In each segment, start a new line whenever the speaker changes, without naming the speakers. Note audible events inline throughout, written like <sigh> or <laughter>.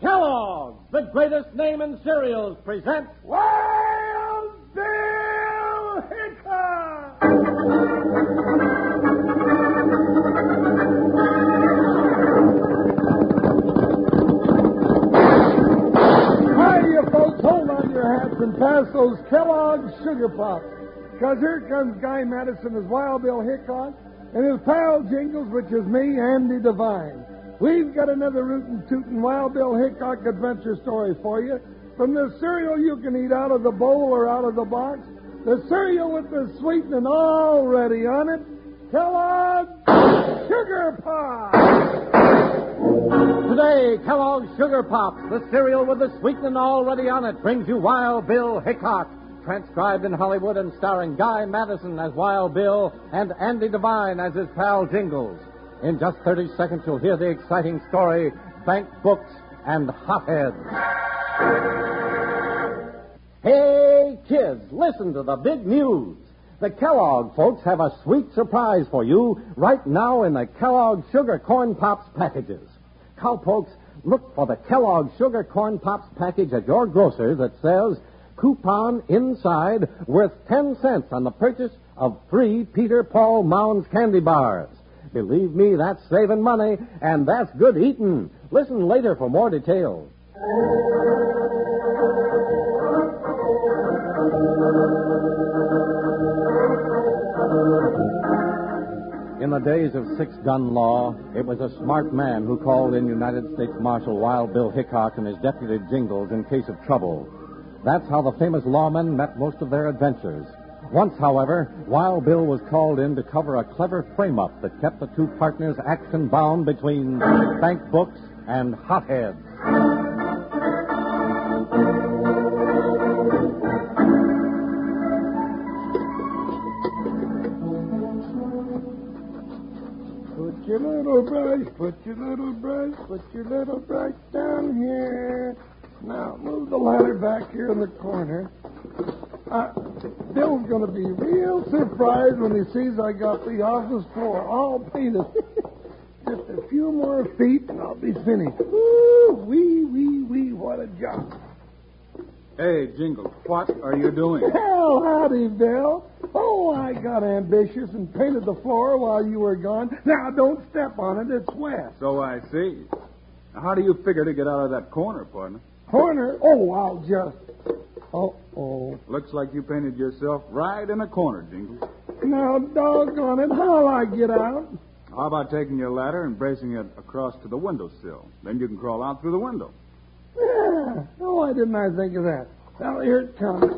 Kellogg's, the greatest name in cereals, presents Wild Bill Hickok! Hi, you folks, hold on to your hats and pass those Kellogg's Sugar Pops. Because here comes Guy Madison as Wild Bill Hickok and his pal Jingles, which is me, Andy Devine. We've got another rootin' tootin' Wild Bill Hickok adventure story for you. From the cereal you can eat out of the bowl or out of the box, the cereal with the sweetening already on it, Kellogg's Sugar Pops! Today, Kellogg's Sugar Pops, the cereal with the sweetening already on it, brings you Wild Bill Hickok, transcribed in Hollywood and starring Guy Madison as Wild Bill and Andy Devine as his pal Jingles. In just 30 seconds, you'll hear the exciting story Bank Books and Hotheads. Hey, kids, listen to the big news. The Kellogg folks have a sweet surprise for you right now in the Kellogg Sugar Corn Pops packages. Cowpokes, look for the Kellogg Sugar Corn Pops package at your grocer that says coupon inside worth 10 cents on the purchase of three Peter Paul Mounds candy bars. Believe me, that's saving money, and that's good eating. Listen later for more details. In the days of six gun law, it was a smart man who called in United States Marshal Wild Bill Hickok and his deputy Jingles in case of trouble. That's how the famous lawmen met most of their adventures. Once, however, Wild Bill was called in to cover a clever frame up that kept the two partners action bound between bank books and hotheads.
Put your little brush, put your little brush, put your little brush down here. Now move the ladder back here in the corner. Uh, Bill's going to be real surprised when he sees I got the office floor all painted. <laughs> Just a few more feet and I'll be finished. Woo, wee, wee, wee, what a job.
Hey, Jingle, what are you doing?
Hell, howdy, Bill. Oh, I got ambitious and painted the floor while you were gone. Now, don't step on it. It's wet.
So I see. How do you figure to get out of that corner, partner?
Corner? Oh, I'll just. Oh, oh.
Looks like you painted yourself right in a corner, Jingle.
Now, doggone it. How'll I get out? <sighs>
How about taking your ladder and bracing it across to the windowsill? Then you can crawl out through the window.
Yeah. Oh, why didn't I think of that? Now, here it comes.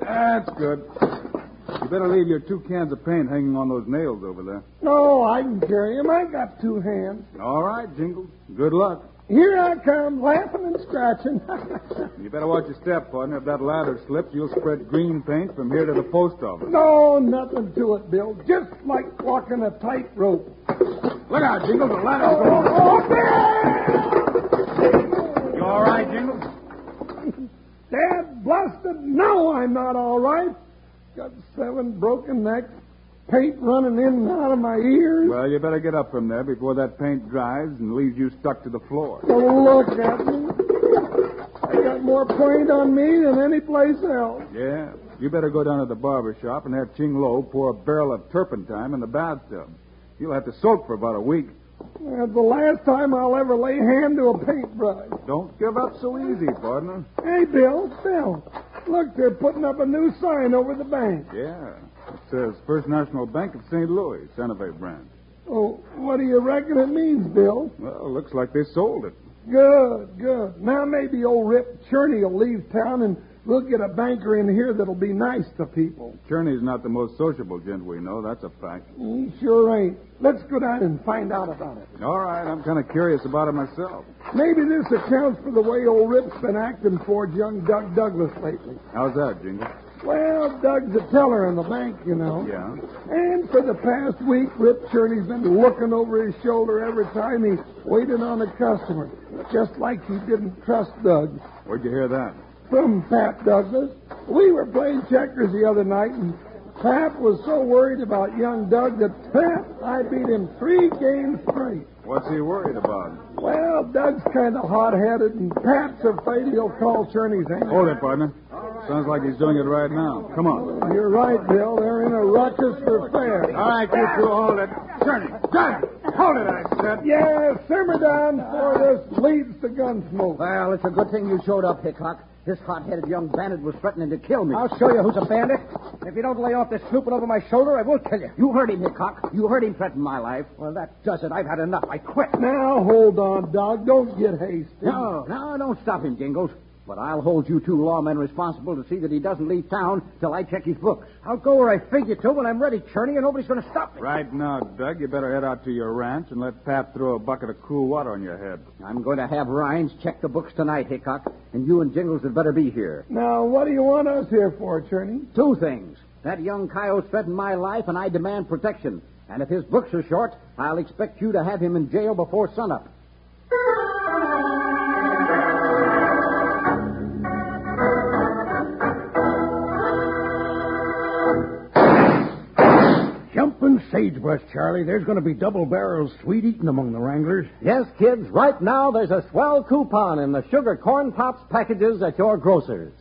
That's good. You better leave your two cans of paint hanging on those nails over there.
No, Oh, I can carry him. I got two hands.
All right, Jingle. Good luck.
Here I come, laughing and scratching. <laughs>
You better watch your step, partner. If that ladder slips, you'll spread green paint from here to the post office.
no, nothing to it, Bill. Just like walking a tightrope. <laughs>
Look out, Jingle. The ladder's
Oh, oh,
going. You all right, Jingle?
Dad blasted, no, I'm not all right. Got seven broken necks, paint running in and out of my ears.
Well, you better get up from there before that paint dries and leaves you stuck to the floor.
So look at me. I got more paint on me than any place else.
Yeah. You better go down to the barber shop and have Ching Lo pour a barrel of turpentine in the bathtub. You'll have to soak for about a week.
That's the last time I'll ever lay hand to a paintbrush.
Don't give up so easy, partner.
Hey, Bill, Bill, look, they're putting up a new sign over the bank.
Yeah. It says First National Bank of St. Louis, Santa Fe branch.
Oh, what do you reckon it means, Bill?
Well, looks like they sold it.
Good, good. Now maybe old Rip Cherney will leave town and we'll get a banker in here that'll be nice to people.
Cherney's not the most sociable gent we know, that's a fact.
He sure ain't. Let's go down and find out about it.
All right, I'm kind of curious about it myself.
Maybe this accounts for the way old Rip's been acting towards young Doug Douglas lately.
How's that, Jingle?
Well, Doug's a teller in the bank, you know.
Yeah.
And for the past week, Rip Cherney's been looking over his shoulder every time he waited on a customer, just like he didn't trust Doug.
Where'd you hear that?
From Pap Douglas. We were playing checkers the other night, and Pap was so worried about young Doug that Pap, I beat him three games straight.
What's he worried about?
Well, Doug's kind of hot-headed, and Pat's afraid he'll call Cherney's ankle.
Hold it, partner. Sounds like he's doing it right now. Come on.
You're right, Bill. They're in a ruckus for fair.
All right, you two, hold it. Cherney, Doug, hold it, I said.
Yeah, simmer down before this leads to gunsmoke.
Well, it's a good thing you showed up, Hickok. This hot-headed young bandit was threatening to kill me.
I'll show you who's a bandit. If you don't lay off this snooping over my shoulder, I will kill you.
You heard him, Hickok. You heard him threaten my life.
Well, that does it. I've had enough. I quit.
Now, hold on, Doug. Don't get hasty.
No, no, don't stop him, Jingles. But I'll hold you two lawmen responsible to see that he doesn't leave town till I check his books.
I'll go where I figure to when I'm ready, Cherney, and nobody's going to stop me.
Right now, Doug, you better head out to your ranch and let Pap throw a bucket of cool water on your head.
I'm going to have Rhines check the books tonight, Hickok, and you and Jingles had better be here.
Now, what do you want us here for, Cherney?
Two things. That young coyote threatened my life, and I demand protection. And if his books are short, I'll expect you to have him in jail before sunup.
Jumping sagebrush, Charlie. There's going to be double barrels sweet eating among the wranglers.
Yes, kids, right now there's a swell coupon in the Sugar Corn Pops packages at your grocer's.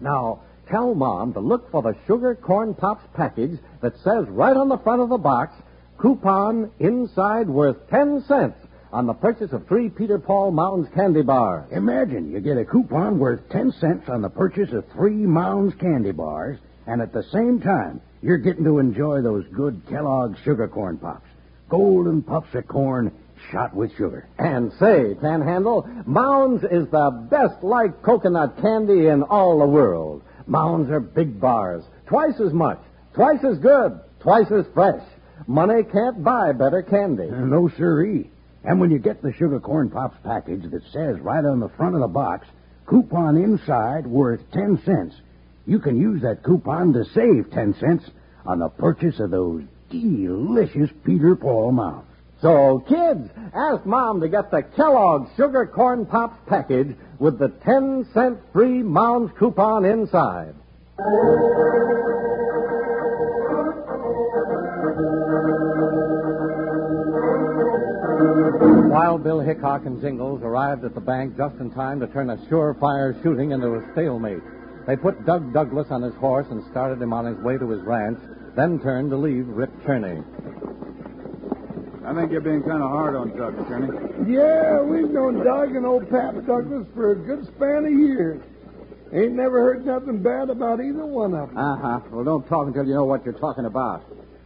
Now, tell Mom to look for the Sugar Corn Pops package that says right on the front of the box, coupon inside worth 10 cents on the purchase of three Peter Paul Mounds candy bars.
Imagine you get a coupon worth 10 cents on the purchase of three Mounds candy bars, and at the same time, you're getting to enjoy those good Kellogg's sugar corn pops. Golden puffs of corn shot with sugar.
And say, Panhandle, Mounds is the best liked coconut candy in all the world. Mounds are big bars, twice as much, twice as good, twice as fresh. Money can't buy better candy.
Uh, No siree. And when you get the sugar corn pops package that says right on the front of the box, coupon inside worth 10 cents, you can use that coupon to save 10 cents on the purchase of those delicious Peter Paul mounds.
So, kids, ask Mom to get the Kellogg's Sugar Corn Pops package with the 10 cent free Mounds coupon inside. While Bill Hickok and Jingles arrived at the bank just in time to turn a surefire shooting into a stalemate, they put Doug Douglas on his horse and started him on his way to his ranch, then turned to leave Rip Cherney.
I think you're being kind of hard on Doug, Cherney.
Yeah, we've known Doug and old Pap Douglas for a good span of years. Ain't never heard nothing bad about either one of 'em.
Uh huh. Well, don't talk until you know what you're talking about.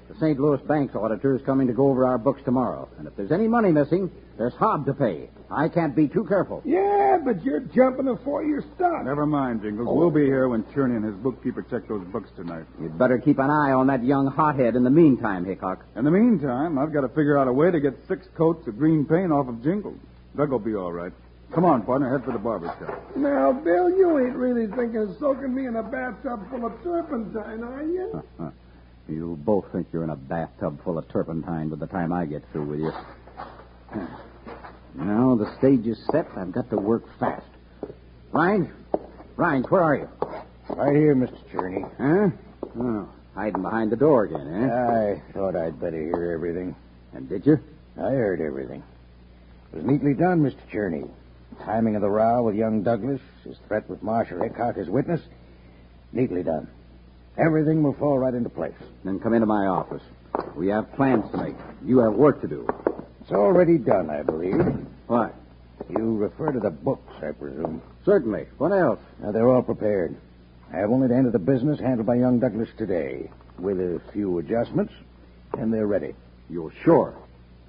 The St. Louis Bank's auditor is coming to go over our books tomorrow, and if there's any money missing, there's hob to pay. I can't be too careful.
Yeah, but you're jumping before you're stuck.
Never mind, Jingles. We'll be here when Cherney and his bookkeeper check those books tonight.
You'd better keep an eye on that young hothead in the meantime, Hickok.
In the meantime, I've got to figure out a way to get six coats of green paint off of Jingles. Doug will be all right. Come on, partner, head for the barber shop.
Now, Bill, you ain't really thinking of soaking me in a bathtub full of turpentine, are you?
You both think you're in a bathtub full of turpentine by the time I get through with you. <sighs> Now the stage is set. I've got to work fast. Rhines, Rhines, where are you?
Right here, Mr. Cherney.
Huh? Oh, hiding behind the door again, eh?
I thought I'd better hear everything.
And did you?
I heard everything. It was neatly done, Mr. Cherney. Timing of the row with young Douglas, his threat with Marshal Hickok as witness, neatly done. Everything will fall right into place.
Then come into my office. We have plans to make. You have work to do.
It's already done, I believe.
What?
You refer to the books, I presume.
Certainly. What else?
Now, they're all prepared. I have only to enter the business handled by young Douglas today, with a few adjustments, and they're ready.
You're sure.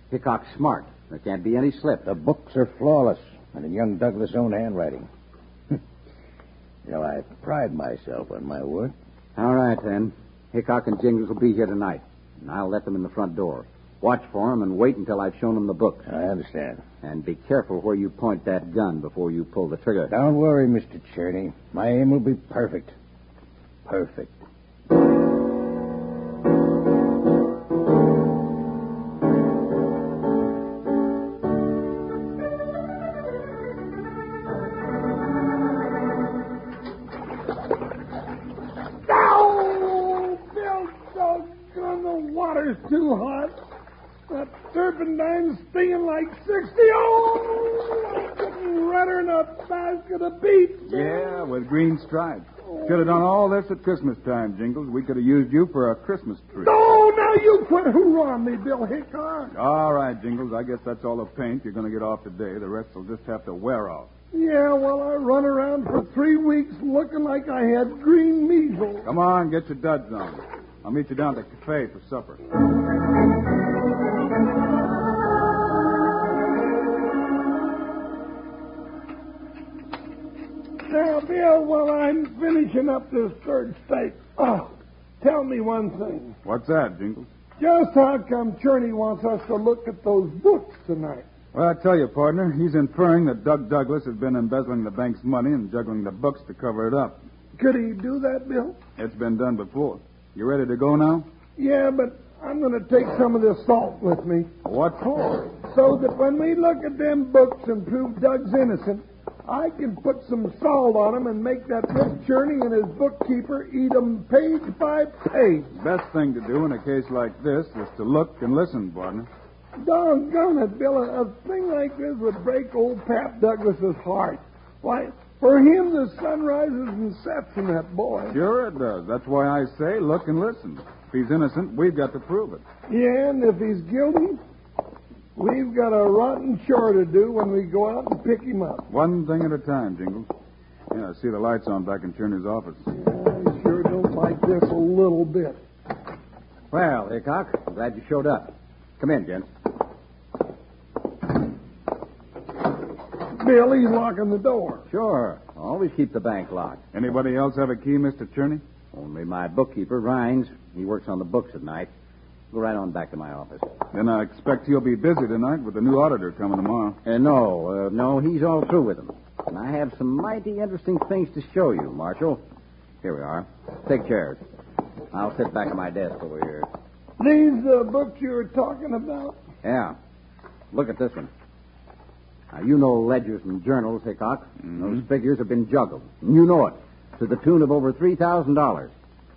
Hickok's smart. There can't be any slip.
The books are flawless, and in young Douglas' own handwriting. <laughs> you know, I pride myself on my work.
All right, then. Hickok and Jingles will be here tonight, and I'll let them in the front door. Watch for 'em and wait until I've shown 'em the book.
I understand.
And be careful where you point that gun before you pull the trigger.
Don't worry, Mr. Cherney. My aim will be perfect. Perfect.
No! Bill, doggone, the water's too hot. That turpentine's stinging like 60. Oh, I couldn't rudder in a basket of beets.
Yeah, with green stripes. Should have done all this at Christmas time, Jingles. We could have used you for a Christmas tree.
Oh, now you quit hoorahing me, Bill Hickok.
All right, Jingles. I guess that's all the paint you're going to get off today. The rest will just have to wear off.
Yeah, well, I run around for three weeks looking like I had green measles.
Come on, get your duds on. I'll meet you down at the cafe for supper.
Now, Bill, while I'm finishing up this third steak, oh, tell me one thing.
What's that, Jingles?
Just how come Cherney wants us to look at those books tonight?
Well, I tell you, partner, he's inferring that Doug Douglas has been embezzling the bank's money and juggling the books to cover it up.
Could he do that, Bill?
It's been done before. You ready to go now?
Yeah, but I'm going to take some of this salt with me.
What for?
So that when we look at them books and prove Doug's innocent, I can put some salt on him and make that Rip Journey and his bookkeeper eat 'em page by page.
Best thing to do in a case like this is to look and listen, partner.
Doggone it, Bill, a, a thing like this would break old Pap Douglas's heart. Why, for him, the sun rises and sets in that boy.
Sure it does. That's why I say look and listen. If he's innocent, we've got to prove it.
Yeah, and if he's guilty, we've got a rotten chore to do when we go out and pick him up.
One thing at a time, Jingles. Yeah, I see the lights on back in Turner's office.
I sure don't like this a little bit.
Well, Hickok, I'm glad you showed up. Come in, gents.
Bill, he's locking the door.
Sure. Always keep the bank locked.
Anybody else have a key, Mr. Cherney?
Only my bookkeeper, Rhines, he works on the books at night. Go right on back to my office.
Then I expect you'll be busy tonight with the new auditor coming tomorrow.
Uh, no, uh, no, he's all through with them. And I have some mighty interesting things to show you, Marshal. Here we are. Take chairs. I'll sit back at my desk over here.
These uh, books you were talking about?
Yeah. Look at this one. Now, you know ledgers and journals, Hickok. Those figures have been juggled. And you know it. To the tune of over $3,000.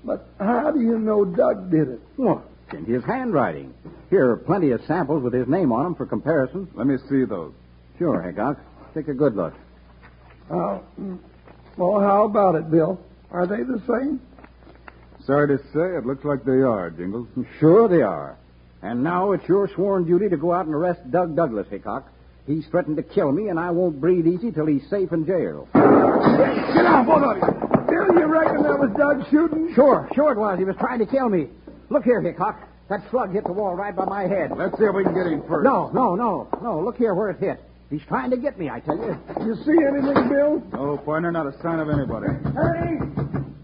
But how do you know Doug did it?
What? In his handwriting. Here are plenty of samples with his name on them for comparison.
Let me see those.
Sure, Hickok. Take a good look.
Uh, mm, well, how about it, Bill? Are they the same?
Sorry to say, it looks like they are, Jingles. <laughs>
Sure they are. And now it's your sworn duty to go out and arrest Doug Douglas, Hickok. He's threatened to kill me, and I won't breathe easy till he's safe in jail.
Get off, both of you! Bill, you reckon that was Doug shooting?
Sure, sure it was. He was trying to kill me. Look here, Hickok. That slug hit the wall right by my head.
Let's see if we can get him first.
No, no, no, no. Look here where it hit. He's trying to get me, I tell you.
You see anything, Bill?
No, partner, not a sign of anybody.
Hey!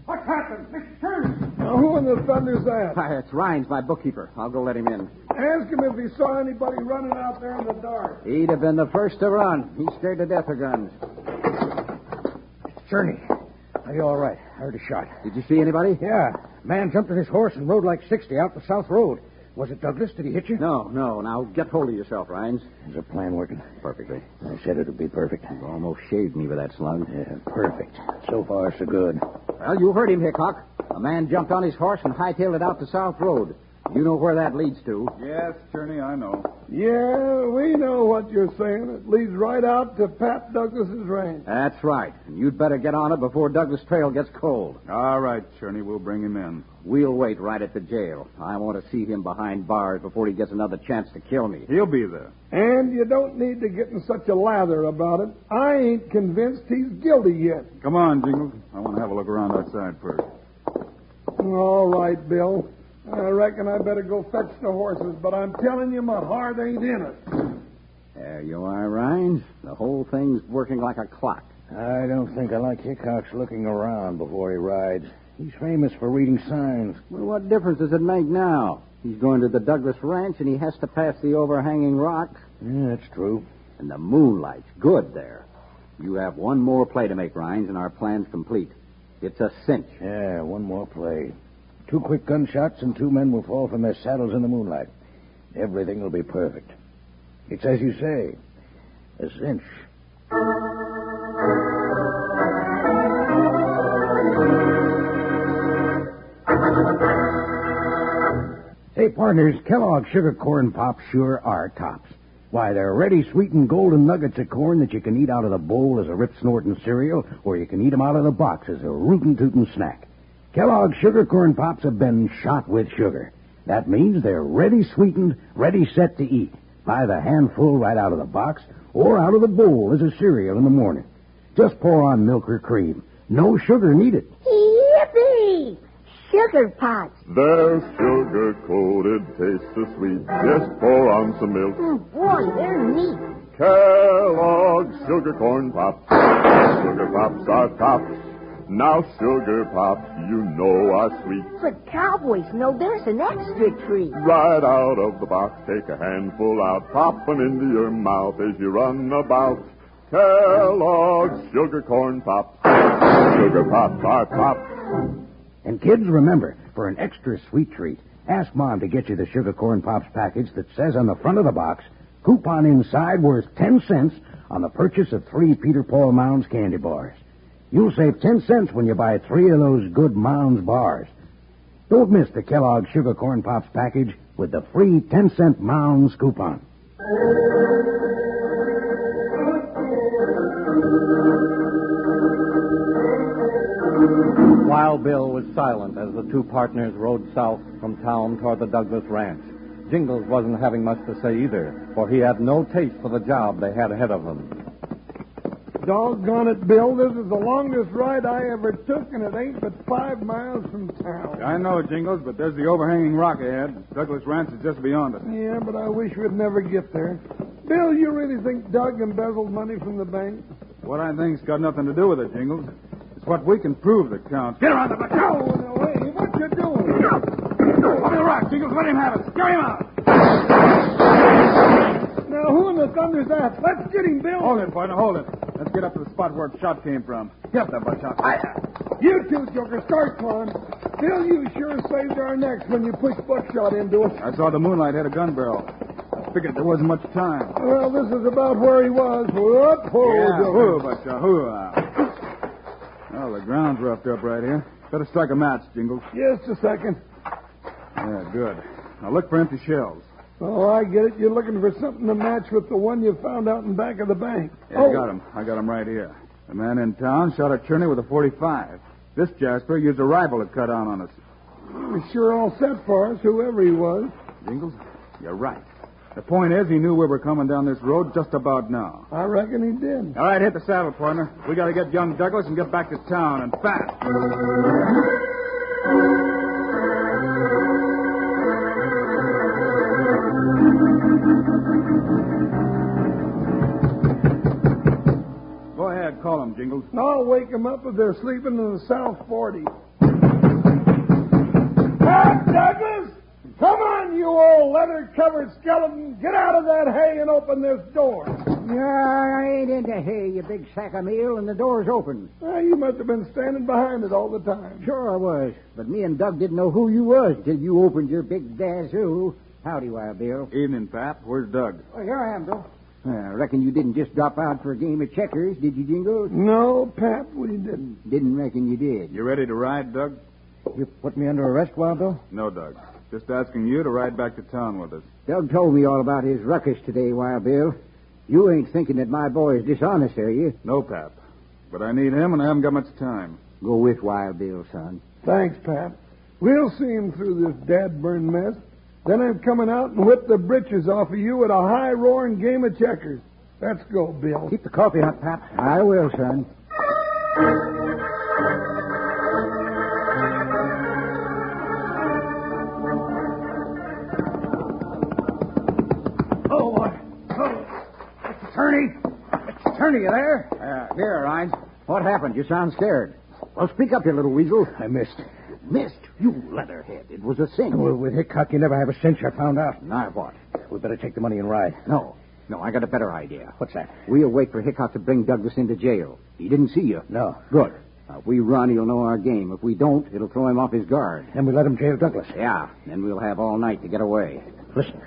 What's happened? Mr. Turner! Now, who in the thunder's that?
Hi, <laughs> it's Rhines, my bookkeeper. I'll go let him in.
Ask him if he saw anybody running out there in the dark.
He'd have been the first to run. He's scared to death of guns.
Journey. Are you all right? I heard a shot.
Did you see anybody?
Yeah. Man jumped on his horse and rode like 60 out the South Road. Was it Douglas? Did he hit you?
No, no. Now get hold of yourself, Rhines.
Is the plan working?
Perfectly.
I said it would be perfect.
You almost shaved me with that slug.
Yeah, perfect. So far, so good.
Well, you heard him, Hickok. A man jumped on his horse and hightailed it out the South Road. You know where that leads to.
Yes, Journey, I know.
Yeah, we know what you're saying. It leads right out to Pat Douglas's ranch.
That's right. And you'd better get on it before Douglas Trail gets cold.
All right, Journey, we'll bring him in.
We'll wait right at the jail. I want to see him behind bars before he gets another chance to kill me.
He'll be there.
And you don't need to get in such a lather about it. I ain't convinced he's guilty yet.
Come on, Jingles. I want to have a look around outside first.
All right, Bill. I reckon I better go fetch the horses, but I'm telling you, my heart ain't in it.
There you are, Rhines. The whole thing's working like a clock.
I don't think I like Hickok's looking around before he rides. He's famous for reading signs.
Well, what difference does it make now? He's going to the Douglas Ranch and he has to pass the overhanging rock.
Yeah, that's true.
And the moonlight's good there. You have one more play to make, Rhines, and our plan's complete. It's a cinch.
Yeah, one more play. Two quick gunshots and two men will fall from their saddles in the moonlight. Everything will be perfect. It's as you say, a cinch. Hey, partners, Kellogg's Sugar Corn Pops sure are tops. Why, they're ready sweetened golden nuggets of corn that you can eat out of the bowl as a rip snorting cereal, or you can eat 'em out of the box as a rootin' tootin' snack. Kellogg's Sugar Corn Pops have been shot with sugar. That means they're ready sweetened, ready set to eat. By the handful right out of the box, or out of the bowl as a cereal in the morning. Just pour on milk or cream. No sugar needed.
Yippee! Sugar pots.
Their sugar coated tastes so sweet. Just pour on some milk.
Mm, boy, they're neat.
Kellogg's Sugar Corn Pops. Sugar Pops are tops. Now Sugar Pops, you know are sweet.
But cowboys know there's an extra treat.
Right out of the box, take a handful out, pop 'em into your mouth as you run about. Kellogg's Sugar Corn Pops. Sugar Pops are tops.
And kids, remember, for an extra sweet treat, ask Mom to get you the Sugar Corn Pops package that says on the front of the box, coupon inside worth 10 cents on the purchase of three Peter Paul Mounds candy bars. You'll save 10 cents when you buy three of those good Mounds bars. Don't miss the Kellogg Sugar Corn Pops package with the free 10 cent Mounds coupon.
Wild Bill was silent as the two partners rode south from town toward the Douglas Ranch. Jingles wasn't having much to say either, for he had no taste for the job they had ahead of them.
Doggone it, Bill. This is the longest ride I ever took, and it ain't but five miles from town.
I know, Jingles, but there's the overhanging rock ahead. Douglas Ranch is just beyond us.
Yeah, but I wish we'd never get there. Bill, you really think Doug embezzled money from the bank?
What I think's got nothing to do with it, Jingles. It's what we can prove that counts. Get around the back.
No, no, hey, what you doing?
Over the rock, Jingles. Let him have it. Carry him out.
Now, who in the thunder's that? Let's get him, Bill.
Hold it, partner. Hold it. Let's get up to the spot where the shot came from. Get up there, Buckshot.
You two, Joker, start one. Bill, you sure saved our necks when you pushed Buckshot into us.
I saw the moonlight hit a gun barrel. I figured there wasn't much time.
Well, this is about where he was. Whoop, ho,
yeah,
Joker.
hoo, Buckshot, hoo. Well, the ground's roughed up right here. Better strike a match, Jingles.
Just a second.
Yeah, good. Now look for empty shells.
Oh, I get it. You're looking for something to match with the one you found out in back of the bank.
Yeah,
Oh,
I got him. I got him right here. The man in town shot at Cherney with a 45. This Jasper used a rifle to cut down on us.
He's sure all set for us, whoever he was.
Jingles, you're right. The point is, he knew we were coming down this road just about now.
I reckon he did.
All right, hit the saddle, partner. We got to get young Douglas and get back to town and fast. Go ahead, call him, Jingles.
I'll wake him up if they're sleeping in the South 40. Pat Douglas! Come on, you old leather-covered skeleton! Get out of that hay and open this door!
Yeah, I ain't into hay, you big sack of meal, and the door's open.
Ah, you must have been standing behind it all the time.
Sure I was, but me and Doug didn't know who you was till you opened your big dazoo. Howdy, Wild Bill.
Evening, Pap. Where's Doug?
Well, here I am, Bill. I reckon you didn't just drop out for a game of checkers, did you, Jingles?
No, Pap, we didn't.
Didn't reckon you did.
You ready to ride, Doug?
You put me under arrest, Wild Bill?
No, Doug. Just asking you to ride back to town with us.
Doug told me all about his ruckus today, Wild Bill. You ain't thinking that my boy is dishonest, are you?
No, Pap. But I need him, and I haven't got much time.
Go with Wild Bill, son.
Thanks, Pap. We'll see him through this dad-burn mess. Then I'm coming out and whip the britches off of you at a high-roaring game of checkers. Let's go, Bill.
Keep the coffee hot, Pap. I will, son.
Oh,
uh,
I- oh.
Attorney! Attorney, you there? Uh, here, Ryan. What happened? You sound scared. Well, speak up, you little weasel.
I missed.
Missed? You leatherhead. It was a sin.
Well, with Hickok, you never have a cinch, I found out.
Now what?
We better take the money and ride.
No. No, I got a better idea.
What's that?
We'll wait for Hickok to bring Douglas into jail. He didn't see you.
No.
Good. Now, if we run, he'll know our game. If we don't, it'll throw him off his guard.
Then we let him jail Douglas.
Yeah, then we'll have all night to get away.
Listen.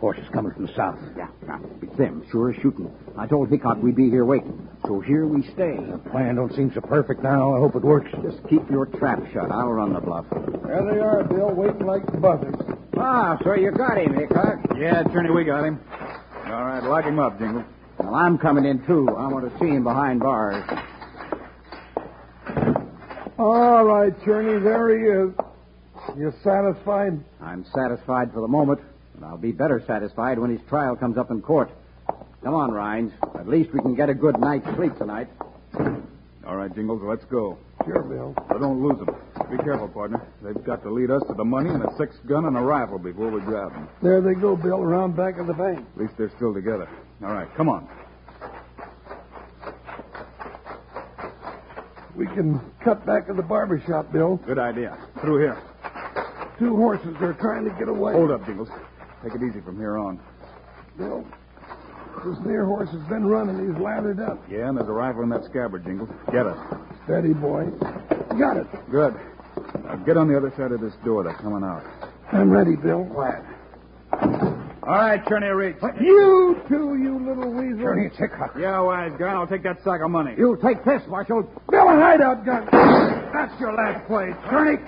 Horses coming from the south.
Yeah, yeah, it's them, sure as shooting. I told Hickok we'd be here waiting, so here we stay.
Plan don't seem so perfect now. I hope it works.
Just keep your trap shut. I'll run the bluff.
There they are, Bill, waiting like buzzards.
Ah, so you got him, Hickok.
Yeah, attorney, we got him. All right, lock him up, Jingle.
Well, I'm coming in, too. I want to see him behind bars.
All right, Journey, there he is. You satisfied?
I'm satisfied for the moment, and I'll be better satisfied when his trial comes up in court. Come on, Rhines. At least we can get a good night's sleep tonight.
All right, Jingles, let's go.
Sure, Bill.
But don't lose them. Be careful, partner. They've got to lead us to the money and a six gun and a rifle before we grab them.
There they go, Bill, around back of the bank.
At least they're still together. All right, come on.
We can cut back to the barber shop, Bill.
Good idea. Through here.
Two horses are trying to get away.
Hold up, Jingles. Take it easy from here on.
Bill, this near horse has been running. He's lathered up.
Yeah, and there's a rifle in that scabbard, Jingles. Get it.
Steady, boy. Got it.
Good. Now get on the other side of this door. They're coming out.
I'm ready, Bill. Quiet.
All right, Journey Reach.
You too, you little weasel.
Journey, it's Hickok.
Yeah, wise guy. I'll take that sack of money.
You take this, Marshal.
Bill, a hideout gun. That's your last play, Journey.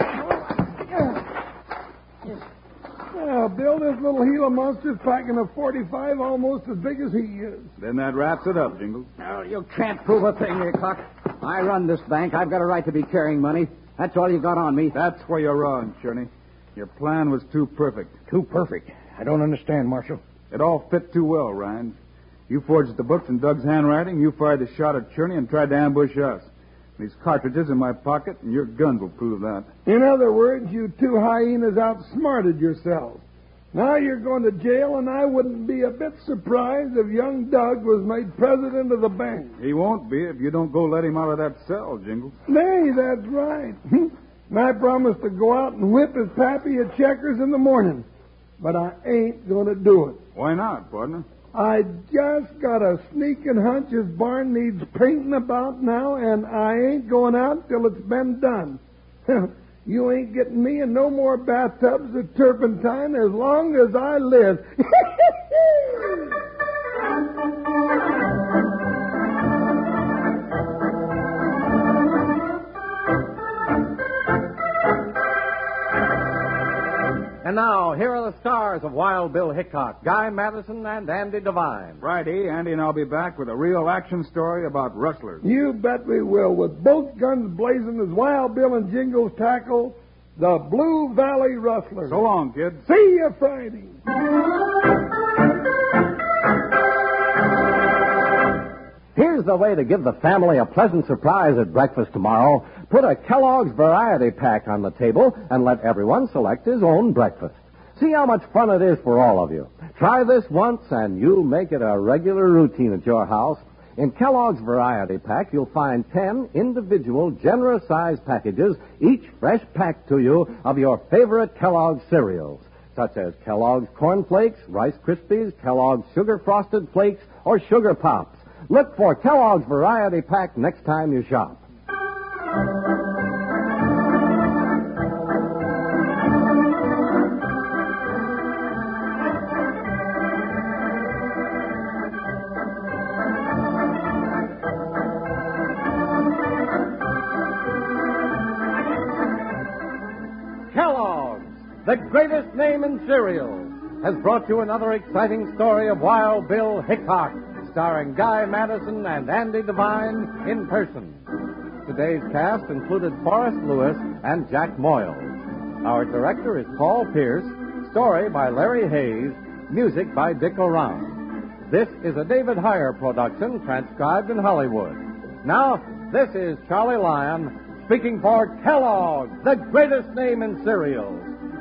Yeah, Bill, this little Gila monster's packing a 45 almost as big as he is.
Then that wraps it up, Jingles.
No, you can't prove a thing, Hickok. I run this bank. I've got a right to be carrying money. That's all you got on me.
That's where you're wrong, Journey. Your plan was too perfect.
Too perfect. I don't understand, Marshal.
It all fit too well, Ryan. You forged the books in Doug's handwriting. You fired the shot at Cherney and tried to ambush us. These cartridges in my pocket, and your guns will prove that.
In other words, you two hyenas outsmarted yourselves. Now you're going to jail, and I wouldn't be a bit surprised if young Doug was made president of the bank.
He won't be if you don't go let him out of that cell, Jingles.
Nay, that's right. <laughs> and I promised to go out and whip his pappy at checkers in the morning. But I ain't going to do it.
Why not, partner?
I just got a sneaking hunch his barn needs painting about now, and I ain't going out till it's been done. <laughs> you ain't getting me in no more bathtubs of turpentine as long as I live. <laughs>
And now, here are the stars of Wild Bill Hickok, Guy Madison, and Andy Devine.
Friday, Andy and I'll be back with a real action story about rustlers.
you bet we will. With both guns blazing as Wild Bill and Jingles tackle the Blue Valley Rustlers.
So long, kids.
See you Friday.
Here's the way to give the family a pleasant surprise at breakfast tomorrow. Put a Kellogg's variety pack on the table and let everyone select his own breakfast. See how much fun it is for all of you. Try this once and you'll make it a regular routine at your house. In Kellogg's variety pack, you'll find 10 individual generous sized packages, each fresh packed to you of your favorite Kellogg's cereals such as Kellogg's Corn Flakes, Rice Krispies, Kellogg's Sugar Frosted Flakes, or Sugar Pops. Look for Kellogg's Variety Pack next time you shop. Kellogg's, the greatest name in cereals, has brought you another exciting story of Wild Bill Hickok, starring Guy Madison and Andy Devine in person. Today's cast included Forrest Lewis and Jack Moyles. Our director is Paul Pierce, story by Larry Hayes, music by Dick O'Round. This is a David Heyer production transcribed in Hollywood. Now, this is Charlie Lyon speaking for Kellogg, the greatest name in cereals,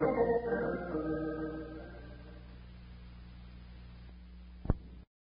Thank you.